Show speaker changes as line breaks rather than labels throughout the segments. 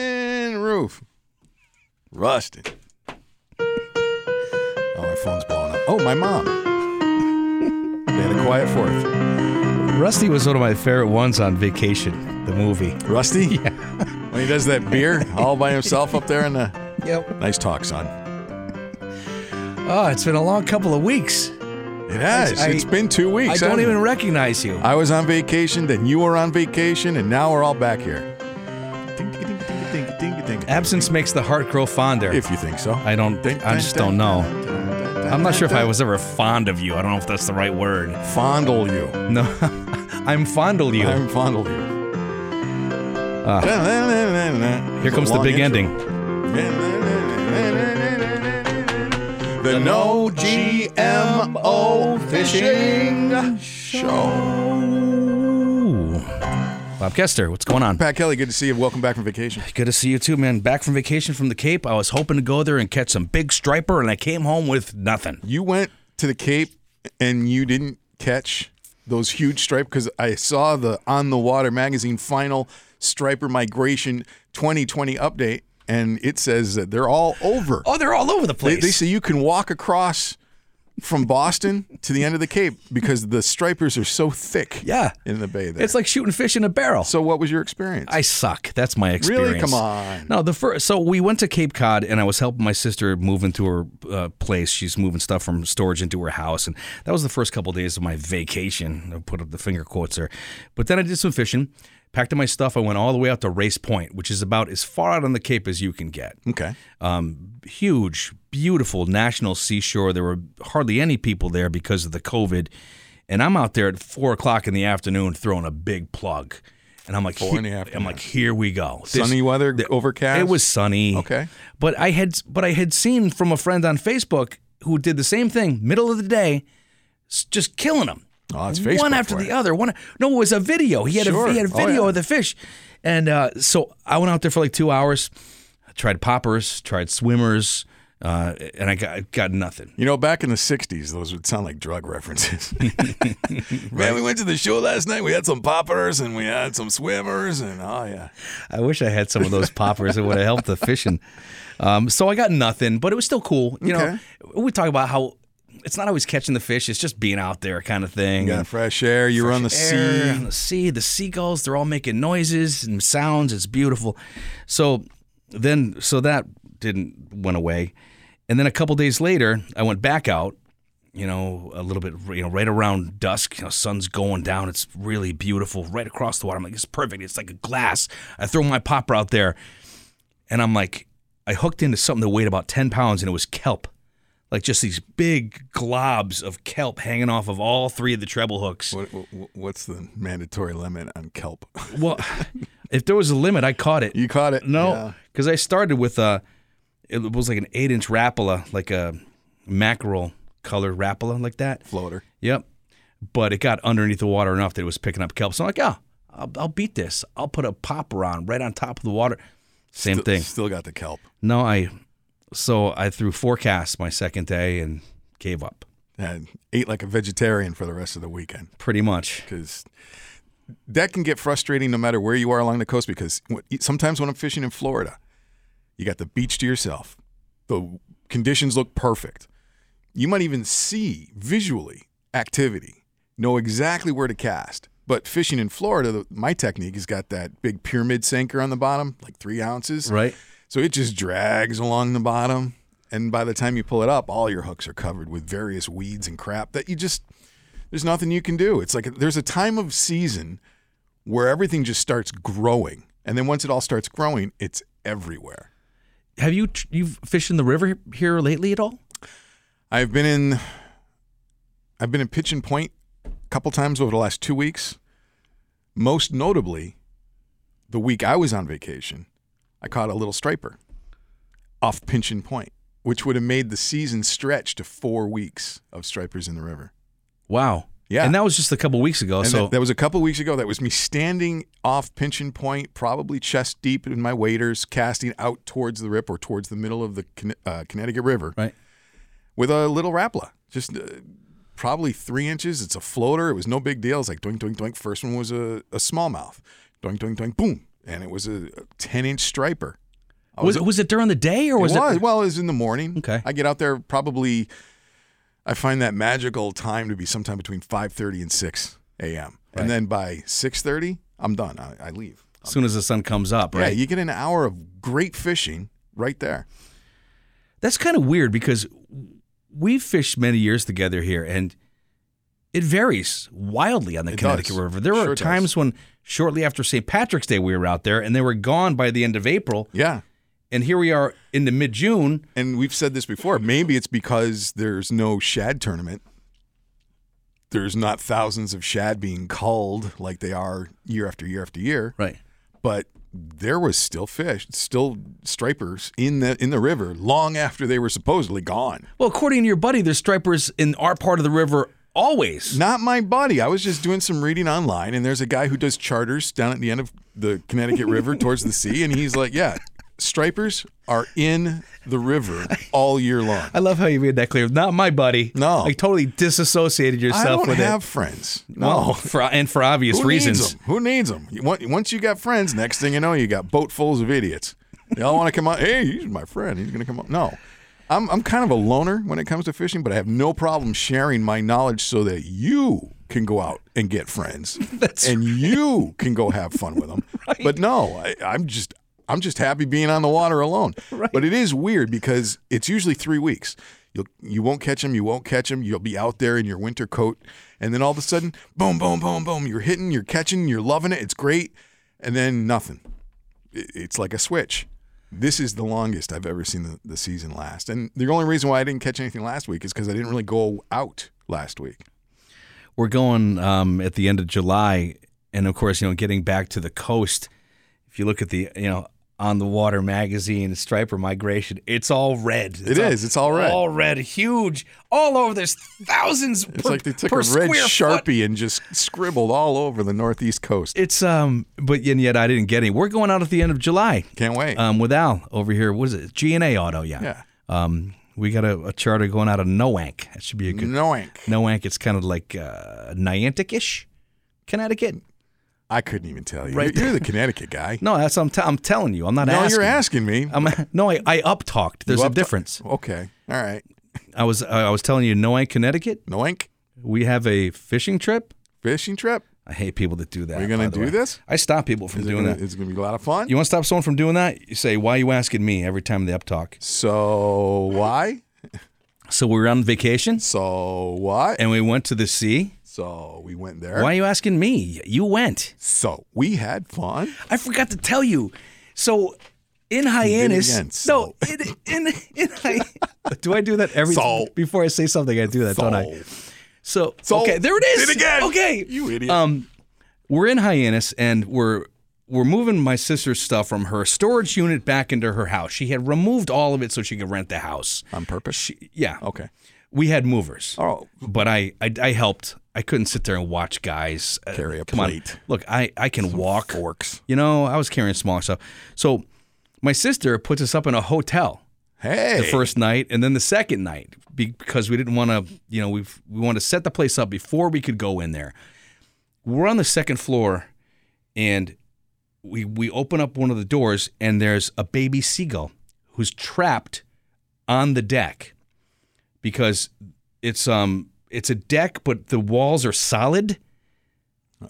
Tin roof. Rusted. Oh, my phone's blowing up. Oh, my mom. they had a quiet fourth.
Rusty was one of my favorite ones on vacation, the movie.
Rusty? when he does that beer all by himself up there in the.
Yep.
Nice talk, son.
Oh, it's been a long couple of weeks.
It has.
I-
it's been two weeks.
I don't
hasn't
even
it?
recognize you.
I was on vacation, then you were on vacation, and now we're all back here. Ding, ding, ding, ding, ding, ding, ding.
Absence makes the heart grow fonder.
If you think so.
I don't. I just don't know. I'm not sure if I was ever fond of you. I don't know if that's the right word.
Fondle you.
No, I'm fondle you.
I'm fondle you.
Ah. Here comes the big ending.
The No GMO Fishing Show.
Ooh. Oh. Bob Kester, what's going on?
Pat Kelly, good to see you. Welcome back from vacation.
Good to see you too, man. Back from vacation from the Cape. I was hoping to go there and catch some big striper, and I came home with nothing.
You went to the Cape and you didn't catch those huge stripe because I saw the On the Water magazine final striper migration 2020 update, and it says that they're all over.
Oh, they're all over the
They,
place.
they say you can walk across from Boston to the end of the Cape because the stripers are so thick.
Yeah.
in the bay there.
it's like shooting fish in a barrel.
so. What was your experience?
I suck. That's my experience.
Come on.
No, the first. So we went to Cape Cod, and I was helping my sister move into her uh, place. She's moving stuff from storage into her house, and that was the first couple of days of my vacation. I put up the finger quotes there, but then I did some fishing, packed up my stuff. I went all the way out to Race Point, which is about as far out on the Cape as you can get
okay,
huge, beautiful national seashore. There were hardly any people there because of the COVID. And I'm out there at four o'clock in the afternoon throwing a big plug. And I'm like,
Four in the
"Here-
afternoon.
I'm like, here we go. This-
sunny weather, overcast.
It was sunny.
Okay.
But I had but I had seen from a friend on Facebook who did the same thing, middle of the day, s- just killing them.
Oh, it's Facebook
One after
for
the
you.
other. One no, it was a video. He had
Sure.
a he had a
Oh,
video
yeah.
of the fish, and uh, so I went out there for like two hours. I tried poppers, tried swimmers, uh, and I got got nothing.
You know, back in the 60s, those would sound like drug references. Man, we went to the show last night. We had some poppers and we had some swimmers and oh, yeah.
I wish I had some of those poppers. It would have helped the fishing. Um, so I got nothing, but it was still cool. You
Okay.
know, we talk about how it's not always catching the fish; it's just being out there, kind of thing.
You got
And-
fresh air. You were on the
air, on
sea.
the sea, the seagulls, they're all making noises and sounds. It's beautiful. So then, so that didn't went away. And then a couple days later, I went back out, you know, a little bit, you know, right around dusk, you know, sun's going down. It's really beautiful right across the water. I'm like, it's perfect. It's like a glass. I throw my popper out there and I'm like, I hooked into something that weighed about 10 pounds and it was kelp. Like just these big globs of kelp hanging off of all three of the treble hooks.
What, what- what's the mandatory limit on kelp?
Well, if there was a limit, I caught it.
You caught it.
No, because I started with a, it was like an eight inch Rapala, like a mackerel colored Rapala, like that.
Floater.
Yep. But it got underneath the water enough that it was picking up kelp. So I'm like, oh, I'll, I'll beat this. I'll put a popper on right on top of the water. Same thing.
Still got the kelp.
No, I, so I threw four casts my second day and gave up
And ate like a vegetarian for the rest of the weekend.
pretty much.
because that can get frustrating no matter where you are along the coast. Because when- sometimes when I'm fishing in Florida, you got the beach to yourself, the conditions look perfect. You might even see visually activity, know exactly where to cast. But fishing in Florida, the- my technique has got that big pyramid sinker on the bottom, like three ounces.
Right.
So it just drags along the bottom. And by the time you pull it up, all your hooks are covered with various weeds and crap that you just, there's nothing you can do. It's like there's a time of season where everything just starts growing. And then once it all starts growing, it's everywhere.
Have you, tr- you've fished in the river here lately at all?
I've been in, I've been in Pigeon Point a couple times over the last two weeks. Most notably, the week I was on vacation, I caught a little striper off Pigeon Point, which would have made the season stretch to four weeks of stripers in the river.
Wow.
Yeah.
And that was just a couple weeks ago.
And
Oh, so
that, that was a couple weeks ago. That was me standing off Pinchin Point, probably chest deep in my waders, casting out towards the rip or towards the middle of the Conne- uh, Connecticut River
Right.
with a little rapla, just uh, probably three inches. It's a floater. It was no big deal. It's like doink, doink, doink. First one was a, a smallmouth. Doink, doink, doink, boom. and it was a 10 inch striper. I
Oh, Was, was it during the day or was it?
it was. Well, it was in the morning.
Okay.
I get out there probably. I find that magical time to be sometime between five thirty and six a.m.
Right.
And then by six thirty, I'm done. I, I leave.
as soon as the sun comes up,
Yeah,
right?
you get an hour of great fishing right there.
That's kind of weird because we've fished many years together here and it varies wildly on the
It
Connecticut
does.
River. There were
Sure does.
times when shortly after St. Patrick's Day we were out there and they were gone by the end of April.
Yeah,
And here we are into mid June.
and we've said this before. Maybe it's because there's no shad tournament. There's not thousands of shad being culled like they are year after year after year.
Right.
but there was still fish, still stripers in the in the river long after they were supposedly gone.
Well, according to your buddy, there's stripers in our part of the river always.
Not my buddy. I was just doing some reading online, and there's a guy who does charters down at the end of the Connecticut River towards the sea, and he's like, "Yeah, stripers are in the river all year long."
I love how you made that clear. Not my buddy.
No.
Like totally disassociated
I
yourself
don't
with
have
it.
friends. No.
Well, for, and for obvious
Who
reasons.
Needs 'em? Who needs them? Once you got friends, next thing you know, you got boatfuls of idiots. They all want to come on. Hey, he's my friend. He's going to come on. No, I'm, I'm kind of a loner when it comes to fishing, but I have no problem sharing my knowledge so that you can go out and get friends
That's
and you can go have fun with them. But no, I, I'm just I'm just happy being on the water alone. But it is weird because it's usually three weeks. You'll you won't catch them. You won't catch them. You'll be out there in your winter coat, and then all of a sudden, boom, boom, boom, boom. You're hitting. You're catching. You're loving it. It's great. And then nothing. It- It's like a switch. This is the longest I've ever seen the, the season last. And the only reason why I didn't catch anything last week is because I didn't really go out last week.
we're going um, at the end of July, and of course, you know, getting back to the coast. If you look at the, you know, on the water magazine, striper migration, it's all red. It's
It is. It's all red.
All red, huge, all over. There's thousands.
It's
per,
like they took a
per
red
square
sharpie
foot.
and just scribbled all over the northeast coast.
It's um, but and yet I didn't get any. We're going out at the end of July
Can't wait.
um, with Al over here. What is it? G and A Auto, yeah.
yeah,
Um, we got a, a charter going out of Noank. That should be a good
noink.
Noank. It's kind of like uh, Niantic-ish, Connecticut.
I couldn't even tell you.
Right
You're, you're the Connecticut guy.
No, that's I'm, t- I'm telling you. I'm not
No,
asking.
you're asking me.
I'm, no, I, I up talked. There's
You
a
up-
difference.
Okay, all right.
I was I was telling you, Noank, Connecticut.
Noink
We have a fishing trip.
fishing trip.
I hate people that do that.
We're gonna
by the
do
way.
this?
I stop people from
Is it
doing
gonna-
that.
It's gonna be a lot of fun.
You want to stop someone from doing that? You say, "Why are you asking me?" Every time they up talk.
so why?
So we were on vacation
So what?
and we went to the sea.
So we went there.
Why are you asking me? You went.
So we had fun.
I forgot to tell you. So in Hyannis,
again, so.
no, in in, in Hy- Do I do that every
So.
before I say something? I do that, don't I? So,
So,
okay, there it is.
did it again.
Okay,
You idiot.
Um, we're in Hyannis, and we're we're moving my sister's stuff from her storage unit back into her house. She had removed all of it so she could rent the house.
on purpose.
She, yeah,
okay.
we had movers,
Uh, Oh,
but I, I I helped. I couldn't sit there and watch guys uh,
Carry a
come on.
plate.
Look, I I can walk.
forks.
You know, I was carrying small stuff. So my sister puts us up in a hotel
Hey.
the first night and then the second night be- because we didn't want to, you know, we've, we wanted to set the place up before we could go in there. We're on the second floor and we, we open up one of the doors and there's a baby seagull who's trapped on the deck because it's um it's a deck but the walls are solid.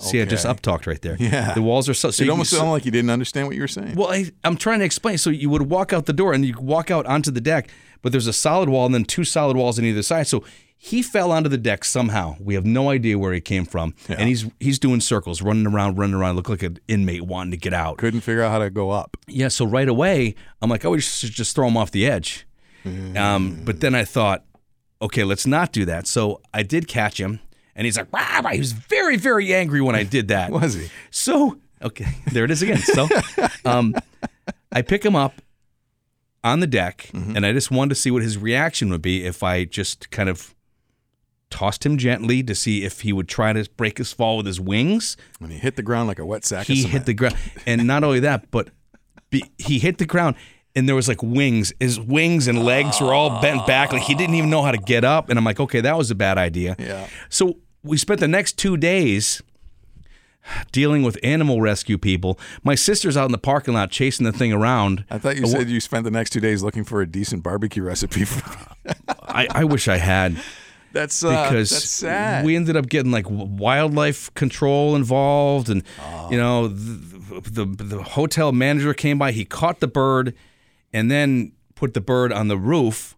See, I just
Okay.
up talked right there.
Yeah.
The walls are so, so
It
you
almost
can-
sounded like you didn't understand what you were saying.
well, I, I'm trying to explain. So you would walk out the door and you walk out onto the deck, but there's a solid wall and then two solid walls on either side. So he fell onto the deck somehow. We have no idea where he came from, and he's he's doing circles, running around, running around, look like an inmate wanting to get out.
Couldn't figure out how to go up.
Yeah. So right away, I'm like, I would just, just throw him off the edge. Um, but then I thought, okay, let's not do that. So I did catch him, and he's like, "Rah, rah." he was very, very angry when I did that.
Was he?
So okay, there it is again. So, um, I pick him up on the deck, and I just wanted to see what his reaction would be if I just kind of tossed him gently to see if he would try to break his fall with his wings.
When he hit the ground like a wet sack
he
of
hit the ground, and not only that, but be, he hit the ground. And there was like wings. His wings and legs were all bent back. Like he didn't even know how to get up. And I'm like, okay, that was a bad idea.
Yeah.
So we spent the next two days dealing with animal rescue people. My sister's out in the parking lot chasing the thing around.
I thought you said you spent the next two days looking for a decent barbecue recipe. For
I, I wish I had
that's uh,
because
that's sad.
we ended up getting like w- wildlife control involved, and
Oh.
you know the, the the hotel manager came by. He caught the bird, and then put the bird on the roof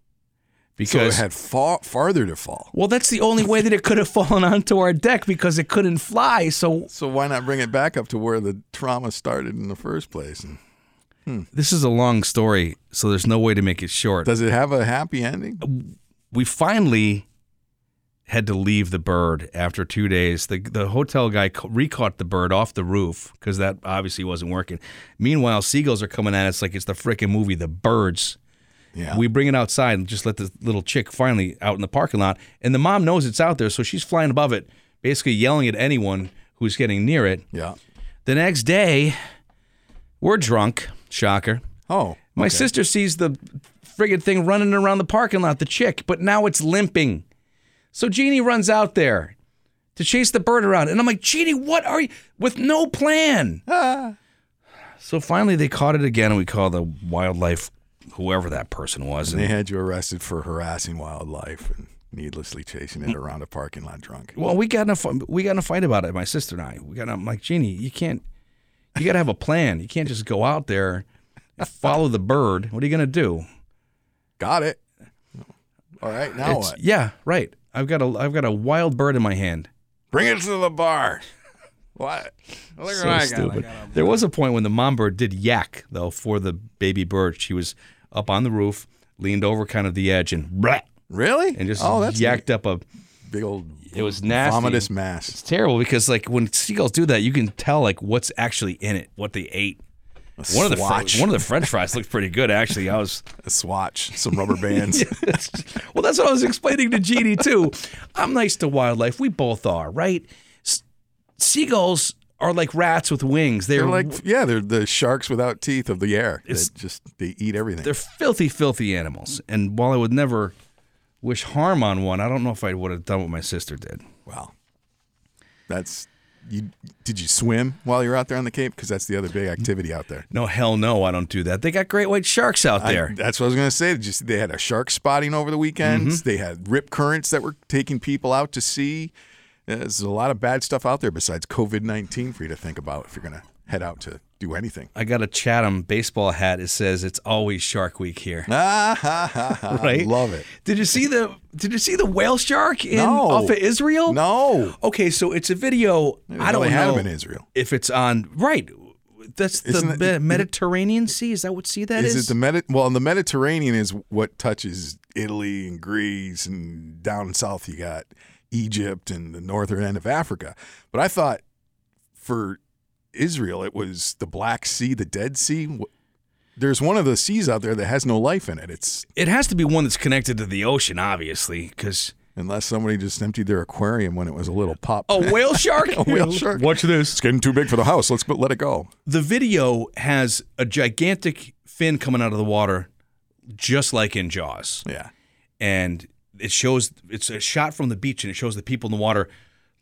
so it
because.
had far, farther to fall.
well, that's the only way that it could have fallen onto our deck because it couldn't fly. So
So why not bring it back up to where the trauma started in the first place? And Mm.
this is a long story, so there's no way to make it short.
does it have a happy ending?
we finally had to leave the bird after two days. The the hotel guy ca- recaught the bird off the roof because that obviously wasn't working. Meanwhile, seagulls are coming at us like it's the freaking movie The Birds.
Yeah.
We bring it outside and just let the little chick finally out in the parking lot, and the mom knows it's out there, so she's flying above it, basically yelling at anyone who's getting near it.
yeah.
The next day, we're drunk. Shocker.
Oh,
My sister sees the friggin' thing running around the parking lot, the chick, but now it's limping. So Jeannie runs out there to chase the bird around. And I'm like, Jeannie, what are you? With no plan.
Ah.
So finally they caught it again, and we called the wildlife, whoever that person was.
they
And,
had you arrested for harassing wildlife and needlessly chasing it around a parking lot drunk.
well, we got, in a, fu- we got in a fight about it, my sister and I. We got, in a- I'm like, Jeannie, you can't, you got to have a plan. You can't just go out there and follow the bird. What are you going to do?
Got it. All right, now
It's-
what?
yeah, right. I've got a I've got a wild bird in my hand.
Bring it to the bar. What? Look
so stupid. There was a point when the mom bird did yak though for the baby bird. She was up on the roof, leaned over kind of the edge, and brat,
Really?
and just
oh, that's
yacked up a.
a big old
It was nasty.
vomitous
It's
mass.
terrible because like when seagulls do that, you can tell like what's actually in it, what they ate. One of the
swatch.
fr- one of the French fries looked pretty good actually. I was
A swatch, some rubber bands.
well, that's what I was explaining to Jeannie too. I'm nice to wildlife. We both are, right? S- seagulls are like rats with wings. They're
They're like, yeah, they're the sharks without teeth of the air. It's just they eat everything.
they're filthy, filthy animals. And while I would never wish harm on one, I don't know if I would have done what my sister did.
Wow. That's you. Did you swim while you were out there on the Cape? Because that's the other big activity out there.
No, hell no, I don't do that. They got great white sharks out
I-
there.
that's what I was gonna say. Did you see they had a shark spotting over the weekends.
Mm-hmm.
They had rip currents that were taking people out to sea. Uh, There's a lot of bad stuff out there besides COVID nineteen for you to think about if you're gonna head out to do anything.
I, got a Chatham baseball hat. It says it's always Shark Week here.
Ah, ha, ha, ha.
Right?
Love it.
Did you see the Did you see the whale shark in
No.
off of Israel?
No,
Okay, so it's a video. I
they
don't
had
know.
them in Israel.
if it's on right that's
Isn't
the
it-
Me- mediterranean sea is that what sea that is,
Is it the Medi- well? The Mediterranean is what touches Italy and Greece, and down south you got Egypt and the northern end of Africa. But I thought for Israel it was the Black Sea, the Dead Sea. Wh- There's one of the seas out there that has no life in it. It's
it has to be one that's connected to the ocean obviously because
unless somebody just emptied their aquarium when it was a little pop.
a whale shark a
whale shark.
Oh, watch
it's
this
getting too big for the house. Let's put, let it go.
the video has a gigantic fin coming out of the water just like in jaws
Yeah,
and it shows it's a shot from the beach and it shows the people in the water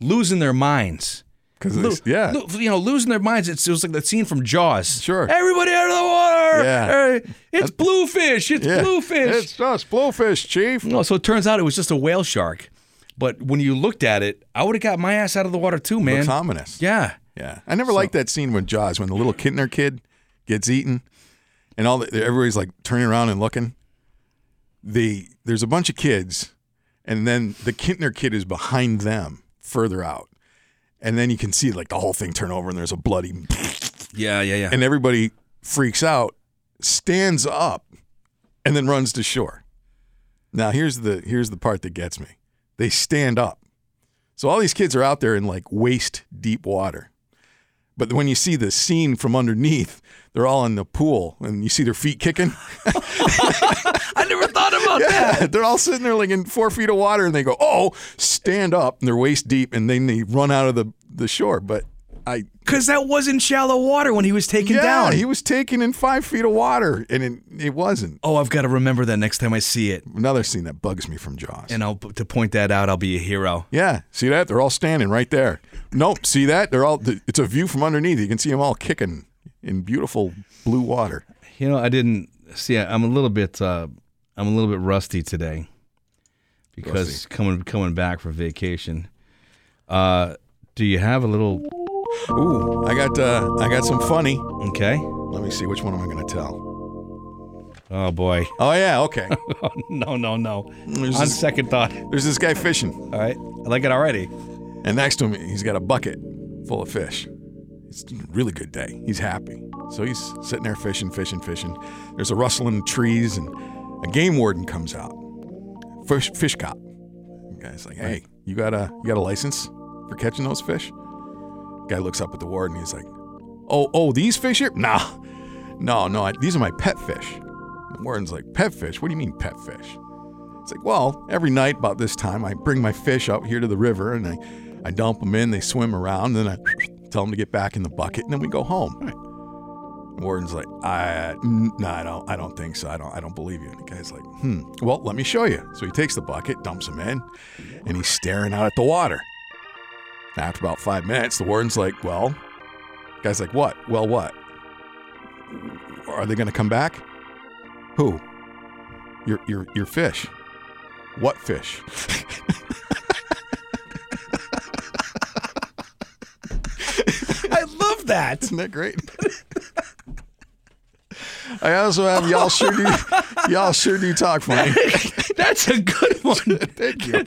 losing their minds Lo-
because yeah,
lo- you know, losing their minds. It's, it was like that scene from Jaws.
Sure.
everybody out of the water.
Yeah.
Uh, it's bluefish. It's
yeah.
bluefish.
It's us, bluefish, chief.
No, so it turns out it was just a whale shark. But when you looked at it, I would have got my ass out of the water too, man.
It's ominous.
yeah.
Yeah, I never liked that scene with Jaws when the little Kintner kid gets eaten, and all the, everybody's like turning around and looking. The there's a bunch of kids, and then the Kintner kid is behind them, further out, and then you can see like the whole thing turn over, and there's a bloody,
Yeah, yeah, yeah.
and everybody freaks out, stands up, and then runs to shore. Now here's the here's the part that gets me. They stand up. So all these kids are out there in like waist deep water. But when you see the scene from underneath, they're all in the pool and you see their feet kicking.
I never thought about that.
they're all sitting there like in four feet of water and they go, Oh, stand up and they're waist deep and then they run out of the, the shore. But I
Because that was in shallow water when he was taken
yeah,
down.
he was taken in five feet of water, and it, it wasn't.
oh, I've got to remember that next time I see it.
Another scene that bugs me from Jaws.
And I'll to point that out, I'll be a hero.
yeah, see that? They're all standing right there. Nope, see that? They're all. It's a view from underneath. You can see them all kicking in beautiful blue water.
You know, I didn't see. I- I'm a little bit. Uh, I'm a little bit rusty today because coming coming back from vacation. Uh, do you have a little?
Ooh, I got uh, I got some funny.
Okay.
Let me see which one am I going to tell?
Oh boy.
Oh yeah, okay.
no, no, no.
There's
On
this-
second thought.
There's this guy fishing,
All right. I like it already.
and next to him he's got a bucket full of fish. It's a really good day. He's happy, so he's sitting there fishing, fishing, fishing. There's a rustling in trees, and a game warden comes out. Fish, fish cop. The guy's like, "Hey, you got a you got a license for catching those fish?" Guy looks up at the warden. He's like, "Oh, oh, these fish here? Nah, no, no, I, these are my pet fish." The warden's like, "Pet fish? What do you mean pet fish?" It's like, well, every night about this time, I bring my fish out here to the river and I, I dump them in. They swim around, then I tell them to get back in the bucket, and then we go home. Warden's like, I, n- no, I don't, I don't think so. I don't, I don't believe you. And the guy's like, hmm. Well, let me show you. So he takes the bucket, dumps them in, and he's staring out at the water. After about five minutes, the warden's like, well, guy's like, what? Well, what? Are they going to come back? Who? Your, your, your fish. What fish?
I love that.
Isn't that great? I also have y'all sure do y'all sure do talk funny.
That's a good one.
Thank you.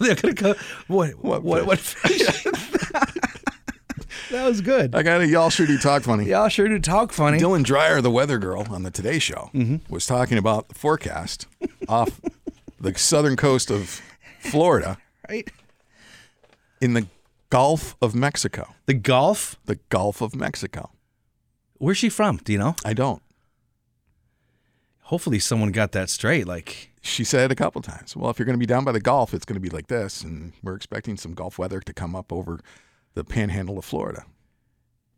They're gonna go. What?
What
What? What? what fish? that was good.
I got a y'all sure do talk funny.
Y'all sure do talk funny.
Dylan Dreyer, the weather girl on the Today Show, was talking about the forecast off the southern coast of Florida
Right.
in the Gulf of Mexico.
The golf.
The Gulf of Mexico.
Where's she from? Do you know?
I don't.
Hopefully, someone got that straight. Like,
she said a couple times, well, if you're going to be down by the Gulf, it's going to be like this. And we're expecting some Gulf weather to come up over the panhandle of Florida.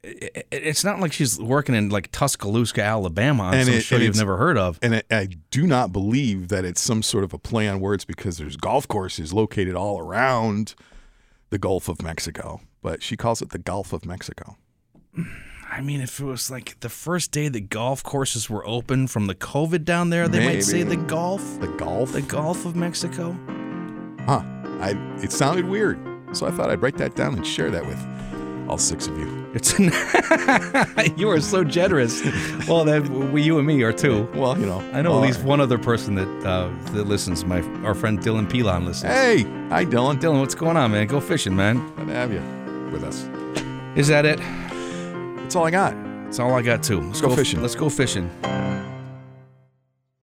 i- i- it's not like she's working in like Tuscaloosa, Alabama, on
And
some
it-
show
and
you've
it's-
never heard of.
And I, I do not believe that it's some sort of a play on words because there's golf courses located all around the Gulf of Mexico. But she calls it the Gulf of Mexico.
I mean, if it was like the first day the golf courses were open from the COVID down there, they might say
Maybe.
the golf,
The Gulf?
the Gulf of Mexico.
huh. I, it sounded weird. So I thought I'd write that down and share that with all six of you.
It's you are so generous. Well, that we, you and me are too.
Well, you know.
I know
all
at least
right.
one other person that uh, that listens. My our friend Dylan Pelon listens.
Hey, hi, Dylan.
Dylan, what's going on, man? Go fishing, man.
Good to have you with us.
Is that it?
That's all I got.
That's all I got too. Let's
Go
f-
fishing.
Let's go fishing.